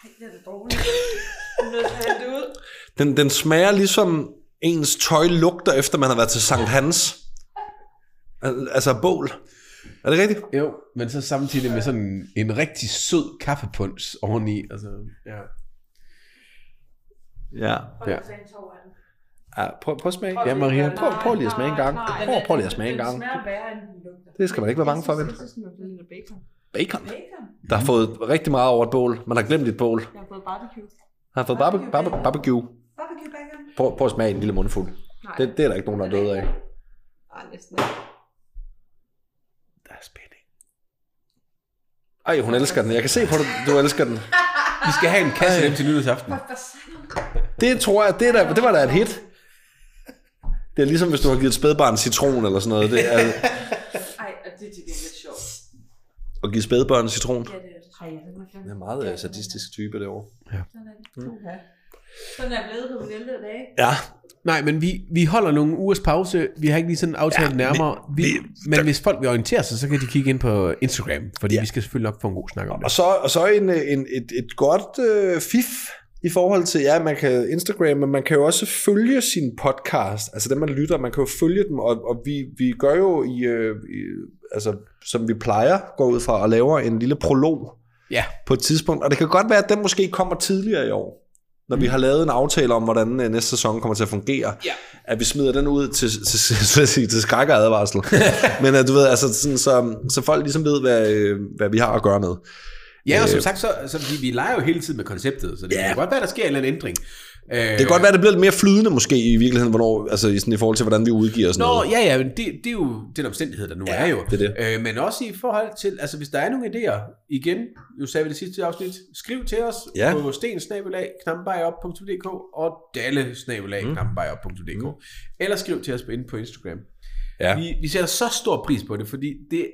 C: det er det dårligt. Jeg er nødt til at have det ud.
B: Den, den smager ligesom ens tøj lugter, efter man har været til Sankt Hans. Al- Altså bål. Er det rigtigt?
A: Jo, men så samtidig med sådan en rigtig sød kaffepunds oveni. Altså, ja.
B: Ja.
C: Prøv
A: Ja.
C: at tage en tår af den.
B: ja prøv, prøv at smage.
C: Prøv
B: Ja,
C: at
B: Maria,
C: smage.
B: prøv,
C: Nej,
B: prøv lige at smage en
C: nej,
B: gang.
C: nej.
B: Prøv, prøv lige at smage en
C: Den
B: gang.
C: smager værre, end den lugter.
B: Det skal man ikke være bange for, vel?
C: Jeg synes, den lugter lidt af
B: Bacon.
C: bacon. Bacon?
B: Der har fået rigtig meget over et bål. Man har glemt et bål.
C: Jeg har fået barbecue.
B: Han har fået barbe- barbe- barbecue.
C: Barbecue bacon?
B: Prøv, prøv at smage en lille mundfuld.
C: Nej.
B: Det, det er der ikke nogen, der er døde af.
C: Nej, næsten ikke.
A: Der er spænding.
B: Ej, hun elsker den. Jeg kan se på dig, du elsker den.
A: Vi skal have en kasse dem til nytårsaften.
C: Fuck, hvad sagde du?
B: Det tror jeg, det, er da, det var da et hit. Det er ligesom, hvis du har givet et spædbarn citron eller sådan noget. Det er
C: Ej, og det er til gengæld sjovt.
B: at give spædbørn citron.
C: Ja, det er det. Ej, den er
B: Det er en meget øh, sadistisk type derovre.
C: Sådan er det. Puha. Sådan er jeg blevet på den 11. dag.
B: Ja,
A: Nej, men vi, vi holder nogle ugers pause. Vi har ikke lige sådan aftalt ja, nærmere. Vi, vi, men hvis folk vil orientere sig, så kan de kigge ind på Instagram, fordi ja. vi skal selvfølgelig nok få en god snak om
B: og
A: det.
B: så, og så en, øh, en, et, et godt øh, fif i forhold til, ja, man kan Instagram, men man kan jo også følge sin podcast, altså dem, man lytter, man kan jo følge dem, og, og vi, vi gør jo, i, øh, i, altså, som vi plejer, går ud fra og laver en lille prolog
A: Ja,
B: på et tidspunkt. Og det kan godt være, at den måske kommer tidligere i år, når mm. vi har lavet en aftale om, hvordan øh, næste sæson kommer til at fungere.
A: Ja.
B: At vi smider den ud til, til, til, [laughs] til, til, til skræk og advarsel. Men øh, du ved, altså, sådan, så, så folk ligesom ved, hvad, øh, hvad vi har at gøre med.
A: ja og som sagt, så, så vi, vi leger jo hele tiden med konceptet, så det
B: Ja.
A: ja. kan godt være, der sker en eller anden ændring. Øh,
B: Det kan godt være, at det bliver lidt mere flydende måske i virkeligheden, hvornår, altså i, sådan, i forhold til, hvordan vi udgiver og sådan
A: Nå,
B: noget.
A: ja, ja, men det, det er jo den omstændighed, der nu ja, er jo.
B: det er
A: Øh, men også i forhold til, altså hvis der er nogle idéer, igen, nu sagde vi det sidste afsnit, skriv til os
B: Ja.
A: ja. på stensnabelagknappenbejop.dk og dallesnabelagknappenbejop.dk mm. eller skriv til os på, inde på Instagram.
B: Ja.
A: Vi, vi sætter så stor pris på det, fordi det,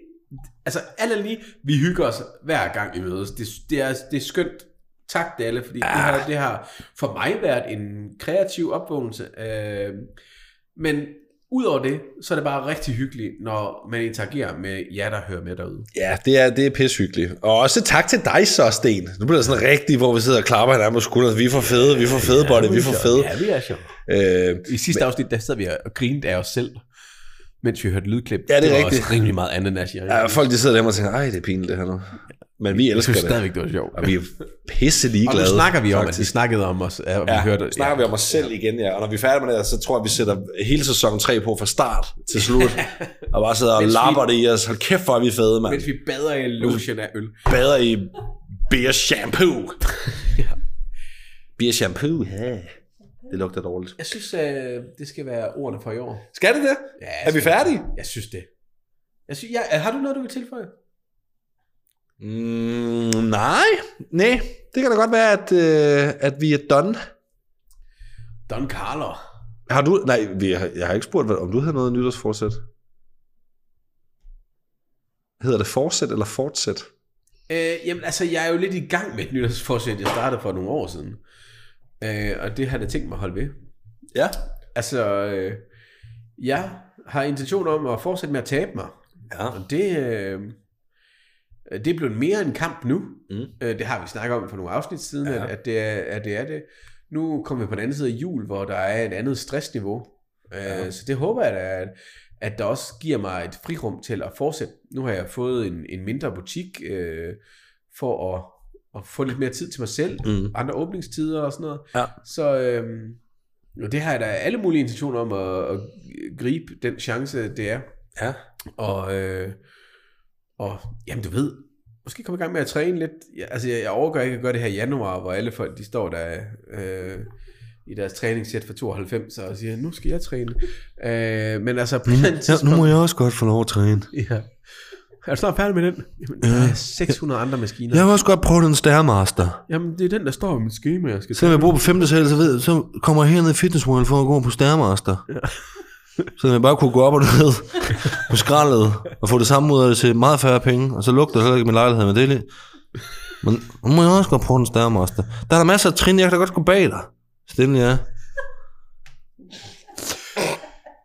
A: altså alt andet lige, vi hygger os hver gang vi mødes. Det, det, er, det er skønt. Tak, Dalle, fordi ja. det,
B: Ah.
A: har, det har for mig været en kreativ opvågnelse. Øh, men udover det, så er det bare rigtig hyggeligt, når man interagerer med jer, der hører med derude.
B: Ja, det er, det er pishyggeligt. Og også tak til dig så, Sten. Nu bliver det sådan rigtigt, hvor vi sidder og klapper hinanden på skulderen. Vi er for fede, vi er for fede, Bolle, vi er for fede.
A: Ja, vi er sjovt.
B: Øh,
A: I sidste afsnit, der sad vi og grinede af os selv, mens vi hørte lydklip.
B: Ja, det er
A: det var
B: rigtigt.
A: også rimelig meget andet, Nash. Jeg,
B: Ja, folk de sidder derhjemme og tænker, ej, det er pinligt det her nu. Men vi
A: jeg
B: elsker
A: synes
B: det.
A: stadigvæk, det var sjovt.
B: Og vi er pisse
A: Og
B: ligeglade.
A: nu snakker vi om, at vi
B: faktisk.
A: snakkede om os, at vi
B: Ja,
A: hørte...
B: snakker vi om os selv igen, ja. Og når vi er færdige med det her, så tror jeg, vi sætter hele sæson 3 på fra start til
A: [laughs]
B: slut. og bare sidder og
A: Mens vi-
B: lapper det i os. Hold kæft, hvor er vi fede, mand.
A: Mens vi bader i en lotion af øl.
B: Bader i beer shampoo. Beer shampoo, ja. Det lugter dårligt.
A: Jeg synes, øh, det skal være ordene for i år.
B: Skal det det?
A: Ja,
B: Er vi
A: skal-
B: færdige?
A: Jeg synes det. Jeg synes, ja, har du noget, du vil tilføje?
B: Mm, nej. Nej. Det kan da godt være, at, øh, at vi er done.
A: Don Carlo.
B: har du... Nej, vi, har- jeg har ikke spurgt, hvad- om du havde noget nytårsforsæt. Hedder det forsæt eller fortsæt?
A: Øh, jamen, altså, jeg er jo lidt i gang med et nytårsforsæt, jeg startede for nogle år siden. Øh, og det har jeg da tænkt mig at holde ved.
B: Ja.
A: Altså, øh, jeg har intention om at fortsætte med at tabe mig.
B: Ja.
A: Og det, øh, det er blevet mere en kamp nu.
B: Mm.
A: Øh, det har vi snakket om for nogle afsnit siden,
B: Ja.
A: ja. at, at, det er, at det er det. Nu kommer vi på den anden side af jul, hvor der er et andet stressniveau. Ja.
B: Ja.
A: Øh, så det håber jeg da, at, at der også giver mig et frirum til at fortsætte. Nu har jeg fået en, en mindre butik øh, for at, at få lidt mere tid til mig selv.
B: Mm.
A: Andre åbningstider og sådan noget.
B: Ja.
A: Så øh, det har jeg da alle mulige intentioner om at, at gribe den chance, det er.
B: Ja.
A: Og, øh, og jamen du ved, måske komme i gang med at træne lidt. Jeg, altså jeg, jeg overgår ikke at gøre det her i januar, hvor alle folk de står der øh, i deres træningssæt for 92 og siger, nu skal jeg træne. Øh, men altså på den tidspunkt...
B: jeg også godt få lov at træne.
A: Ja. Er du snart færdig med den? Jamen, der
B: Øh.
A: er 600 andre maskiner.
B: vil også godt prøve den stærmaster.
A: Jamen det er den, der står i mit schema, jeg skal
B: Selvom jeg bor på 5. sal, så, ved, så kommer jeg herned i Fitness World for at gå på Stairmaster. Ja. Så jeg bare kunne gå op og ned på skraldet og få det samme ud af det til meget færre penge, og så lugter det heller ikke min lejlighed med det er lige. Men nu må jeg også godt prøve den Stairmaster. Der er der masser af trin, jeg kan da godt gå bag dig. Stille, ja.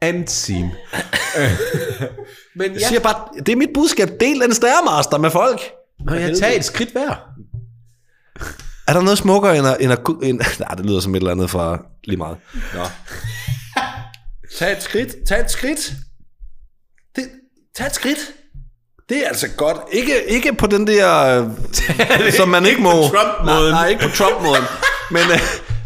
A: Antsim. [laughs] men
B: Jeg
A: ja,
B: siger bare, det er mit budskab, del den Stairmaster med folk.
A: når jeg tager et skridt hver.
B: Er der noget smukkere end at... End at, ku- end, [laughs] nej, det lyder som et eller andet fra lige meget. Nå. tag et skridt. Tag et skridt. Det, tag et skridt. Det er altså godt. Ikke, ikke på den der, øh, som man ikke må...
A: Trump-måden.
B: Nej, nej, ikke på Trump-måden. Men øh,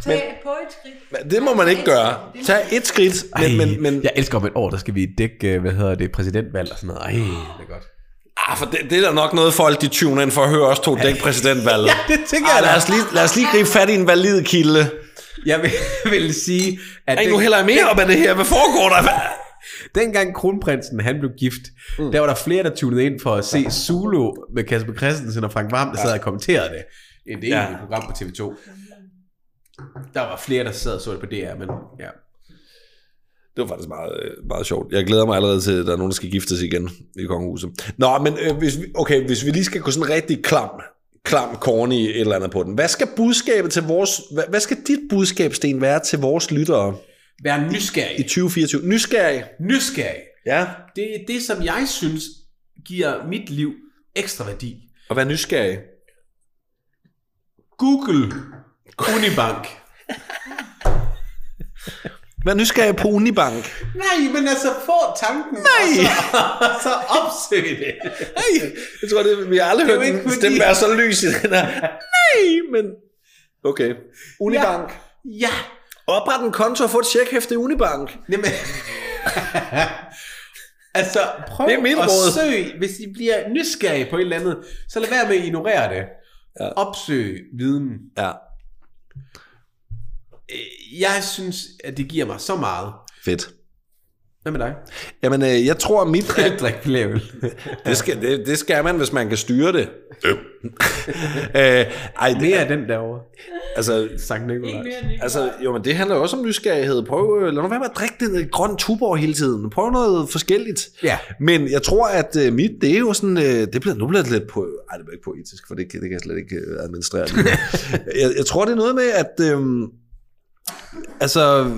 C: Tag på et skridt.
B: det må man ikke gøre. Tag et skridt. Men, men, men
A: jeg elsker om et år, der skal vi dække, øh, hvad hedder det, præsidentvalg og sådan noget. Ej, det er godt.
B: ah, for det, det, er der nok noget folk, de tuner ind for at høre os to dække [laughs] præsidentvalget.
A: det tænker
B: ah,
A: jeg da.
B: lad, os lige, lad os lige gribe fat i en valid kilde.
A: Jeg vil, vil sige, at
B: Ring nu heller mere op af det her. Hvad foregår der? Hvad-
A: dengang kronprinsen han blev gift, mm. der var der flere, der tunede ind for at se Zulu med Kasper Christensen og Frank Vam, der sad og kommenterede det. End det
B: Ja.
A: egentlige program på TV2. Der var flere, der sad og så det på DR, men ja.
B: Det var faktisk meget, øh, meget sjovt. Jeg glæder mig allerede til, at der er nogen, der skal giftes igen i kongehuset. Nå, men øh, hvis vi, okay, hvis vi lige skal gå sådan rigtig klam, klam, corny et eller andet på den. Hvad skal budskabet til vores, hvad, hvad skal dit budskab, Sten, være til vores lyttere
A: Vær
B: i
A: nysgerrig.
B: 2024? Nysgerrig.
A: Nysgerrig.
B: Ja.
A: Det er det, som jeg synes giver mit liv ekstra værdi.
B: Og være nysgerrig.
A: Google Unibank.
B: Vær nysgerrig på Unibank.
A: Nej, men altså få tanken, Nej. Og, så, [laughs] og så opsøg det.
B: Nej, jeg tror, det, vi har aldrig
A: Det er
B: hørt
A: jo ikke
B: en
A: fordi-
B: stemme være så lys i den her. Nej, men... Okay. Unibank. Ja.
A: Ja,
B: Opret en konto og få et checkhæfte i Unibank.
A: Jamen. [laughs] altså, prøv
B: Det er mit
A: at
B: råd.
A: søg, hvis I bliver nysgerrige på et eller andet, så lad være med at ignorere det.
B: Ja.
A: Ja. Opsøg viden.
B: Ja,
A: Øh, Jeg synes, at det giver mig så meget.
B: fedt.
A: Hvad med [laughs] dig?
B: Jamen, øh, jeg tror, mit...
A: Jeg drikker flere øl.
B: Det skal, det, det skal man, hvis man kan styre det. [laughs] øh, ej, det,
A: Mere af den derovre.
B: altså,
A: Sankt
C: Ikke
A: Nikolaj.
C: mere end ikke.
B: altså, jo, men det handler jo også om nysgerrighed. Prøv, øh, lad nu være med at drikke den grøn tuborg hele tiden. Prøv noget forskelligt.
A: Ja.
B: Men jeg tror, at øh, mit, det er jo sådan, øh, det bliver, nu bliver det lidt på, ej, det bliver ikke poetisk, for det, kan- det kan jeg slet ikke øh, administrere. lige nu. jeg, jeg tror, det er noget med, at, øh, altså,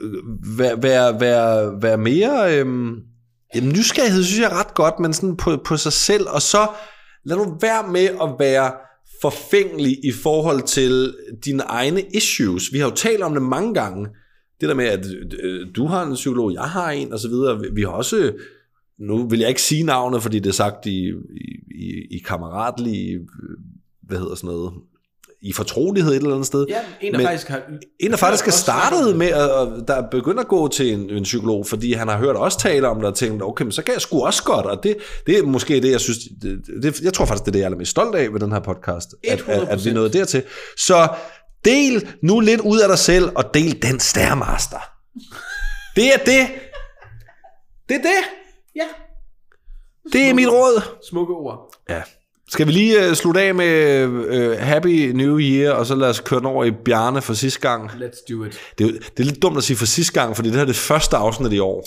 B: øh, være, være, være, være mere, øh, jamen, nysgerrighed synes jeg er ret godt, men sådan på, på sig selv, og så lad nu være med at være forfængelig i forhold til dine egne issues. Vi har jo talt om det mange gange, det der med, at øh, du har en psykolog, jeg har en, og så videre. Vi- Vi har også øh, nu vil jeg ikke sige navnet, fordi det er sagt i, i, i, i kammeratlig, øh, hvad hedder sådan noget, i fortrolighed et eller andet sted.
A: Ja, en der
B: Men-
A: faktisk har...
B: En, der faktisk er
A: Også snakket
B: startet
A: om
B: med at og der begynder at gå til en, en psykolog, fordi han har hørt os tale om det, og tænkt, okay, men så kan jeg sgu også godt, og det, det er måske det, jeg synes, det, det, jeg tror faktisk, det er det, jeg er allermest stolt af ved den her podcast, at, at, at vi
A: 100%.
B: nåede dertil. Så del nu lidt ud af dig selv, og del den stærmaster. Det er det. Det er det.
A: Ja,
B: Det er mit råd.
A: smukke ord.
B: Ja. Skal vi lige øh, slutte af med øh, Happy New Year, og så lad os køre den over i Bjarne for sidste gang.
A: Let's do it.
B: Det er, jo- det er lidt dumt at sige for sidste gang, fordi det her er det første afsnit i år.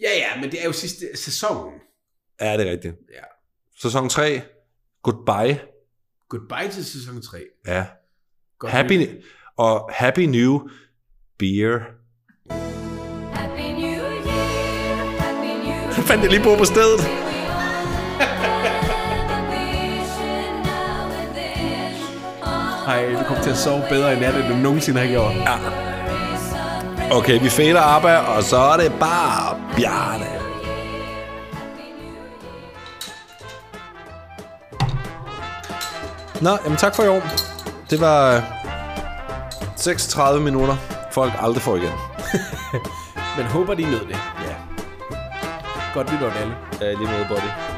A: Ja, ja, men det er jo sidste sæsonen.
B: Ja, det er rigtigt.
A: Ja.
B: Sæson 3. Goodbye.
A: Goodbye til sæson 3.
B: Ja.
A: Godt
B: Happy,
A: nytår.
B: og Happy New Beer.
D: Happy New Year, Happy New Year.
B: Fandt jeg lige på på stedet.
D: We all have a vision now and then.
A: Hej, du kommer til at sove bedre i nat, end du nogensinde har gjort.
D: Ja.
B: Okay, vi fader Abba, og så er det bare Bjarne. Nå, jamen tak for i år. Det var øh, 36 minutter, folk aldrig får igen.
A: Men håber, de nød det. Ja. Godt nytår, alle.
B: Ja, lige måde, buddy.